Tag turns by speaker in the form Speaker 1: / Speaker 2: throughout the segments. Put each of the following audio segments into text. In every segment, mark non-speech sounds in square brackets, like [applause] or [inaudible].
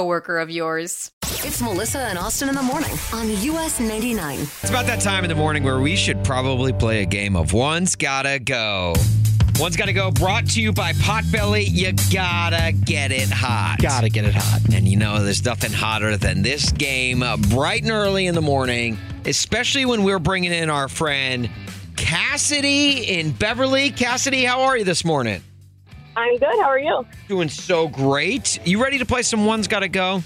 Speaker 1: of yours.
Speaker 2: It's Melissa and Austin in the morning on US 99.
Speaker 3: It's about that time in the morning where we should probably play a game of One's Gotta Go. One's Gotta Go brought to you by Potbelly. You gotta get it hot.
Speaker 4: Gotta get it hot.
Speaker 3: And you know, there's nothing hotter than this game uh, bright and early in the morning, especially when we're bringing in our friend Cassidy in Beverly. Cassidy, how are you this morning?
Speaker 5: I'm good. How are you?
Speaker 3: Doing so great. You ready to play some One's Gotta Go?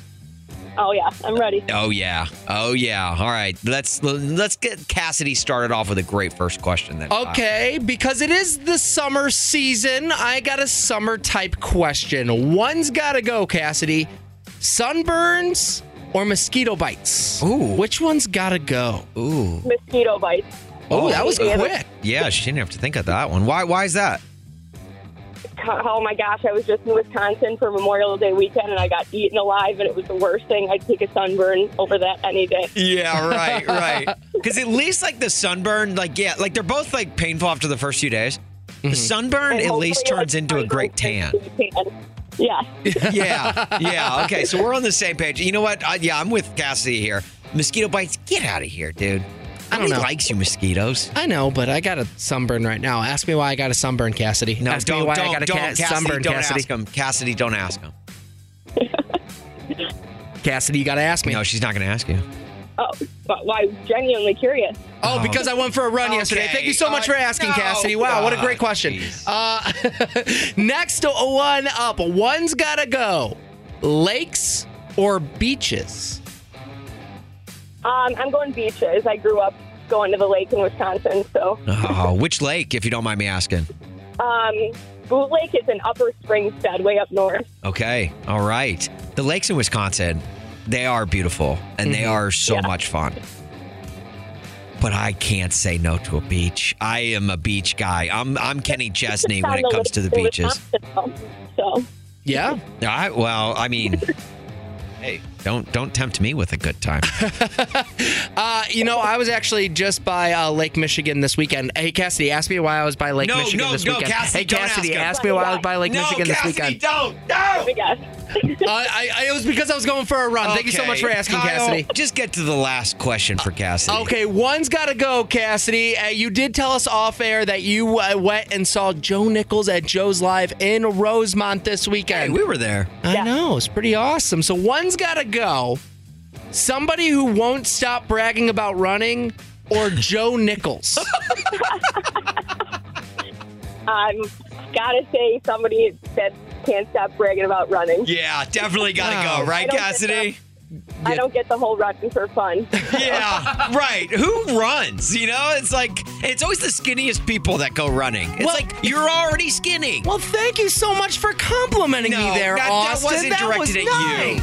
Speaker 5: Oh yeah, I'm ready.
Speaker 3: Oh yeah. Oh yeah. All right. Let's let's get Cassidy started off with a great first question then.
Speaker 4: Okay, because it is the summer season, I got a summer type question. One's gotta go, Cassidy. Sunburns or mosquito bites?
Speaker 3: Ooh.
Speaker 4: Which one's gotta go?
Speaker 3: Ooh.
Speaker 5: Mosquito bites
Speaker 4: Oh, that was
Speaker 5: yeah.
Speaker 4: quick.
Speaker 3: Yeah, she didn't have to think of that one. Why why is that?
Speaker 5: Oh my gosh, I was just in Wisconsin for Memorial Day weekend and I got eaten alive and it was the worst thing. I'd take a sunburn over that any day.
Speaker 3: Yeah, right, [laughs] right. Cuz at least like the sunburn like yeah, like they're both like painful after the first few days. The sunburn
Speaker 5: And
Speaker 3: at least
Speaker 5: hopefully, like,
Speaker 3: turns into a great tan.
Speaker 5: tan. Yeah.
Speaker 3: yeah. Yeah. Okay. So we're on the same page. You know what? I, yeah, I'm with Cassidy here. Mosquito bites, get out of here, dude.
Speaker 4: I don't
Speaker 3: Nobody
Speaker 4: know.
Speaker 3: likes you mosquitoes.
Speaker 4: I know, but I got a sunburn right now. Ask me why I got a sunburn, Cassidy.
Speaker 3: No,
Speaker 4: ask
Speaker 3: don't,
Speaker 4: me why
Speaker 3: don't,
Speaker 4: I got a
Speaker 3: don't,
Speaker 4: ca-
Speaker 3: Cassidy,
Speaker 4: sunburn,
Speaker 3: don't
Speaker 4: Cassidy.
Speaker 3: ask him. Cassidy, don't ask him.
Speaker 4: Cassidy, you gotta ask me.
Speaker 3: No, she's not going to ask you.
Speaker 5: Oh, but why? Genuinely curious.
Speaker 4: Oh, because I went for a run
Speaker 3: Okay.
Speaker 4: yesterday. Thank you so much
Speaker 3: Uh,
Speaker 4: for asking,
Speaker 3: no.
Speaker 4: Cassidy. Wow, what a great
Speaker 3: Oh,
Speaker 4: question.
Speaker 3: jeez.
Speaker 4: Uh, [laughs] next one up. One's got to go. Lakes or beaches?
Speaker 5: Um, I'm going beaches. I grew up going to the lake in Wisconsin, so
Speaker 3: Oh, which lake, if you don't mind me asking?
Speaker 5: um, Boot Lake is in Upper Springstead, way up north.
Speaker 3: Okay. All right. The lakes in Wisconsin, they are beautiful and they are so much fun. But I can't say no to a beach. I am a beach guy. I'm I'm Kenny Chesney when it
Speaker 5: On
Speaker 3: comes to the
Speaker 5: lake in
Speaker 3: beaches.
Speaker 5: Wisconsin, So
Speaker 4: Yeah.
Speaker 3: I, well, I mean, [laughs] hey, don't don't tempt me with a good time.
Speaker 4: Uh, you know, I was actually just by uh, Lake Michigan this weekend. Hey, Cassidy, ask me why I was by Lake
Speaker 3: No,
Speaker 4: Michigan
Speaker 3: no,
Speaker 4: this
Speaker 3: no,
Speaker 4: weekend.
Speaker 3: Cassidy,
Speaker 4: hey,
Speaker 3: don't ask
Speaker 4: Cassidy,
Speaker 3: him.
Speaker 4: ask, me why I was by Lake Michigan
Speaker 3: Cassidy,
Speaker 4: this weekend.
Speaker 3: Don't. No.
Speaker 5: I guess.
Speaker 4: Uh, I, I, it was because I was going for a run. Thank you so
Speaker 3: Okay,
Speaker 4: much for asking,
Speaker 3: Kyle,
Speaker 4: Cassidy.
Speaker 3: Just get to the last question for Cassidy.
Speaker 4: Okay, one's got to go, Cassidy. Uh, you did tell us off air that you uh, went and saw Joe Nichols at Joe's Live in Rosemont this
Speaker 3: Hey,
Speaker 4: weekend.
Speaker 3: we were there.
Speaker 4: I
Speaker 5: Yeah.
Speaker 4: know, it's pretty awesome. So one's got to go. Somebody who won't stop bragging about running or Joe Nichols.
Speaker 5: I'm gotta say somebody that can't stop bragging about running.
Speaker 3: Yeah, definitely gotta
Speaker 4: Wow.
Speaker 3: go, right,
Speaker 5: I don't get
Speaker 3: Cassidy?
Speaker 5: I don't get the whole running for fun.
Speaker 3: Yeah, [laughs] right. Who runs? You know, it's like it's always the skinniest people that go running. It's
Speaker 4: Well-
Speaker 3: like you're already skinny.
Speaker 4: [laughs] well, thank you so much for complimenting
Speaker 3: No,
Speaker 4: me there,
Speaker 3: that- that
Speaker 4: Austin.
Speaker 3: wasn't directed
Speaker 4: was
Speaker 3: at you.
Speaker 4: nice.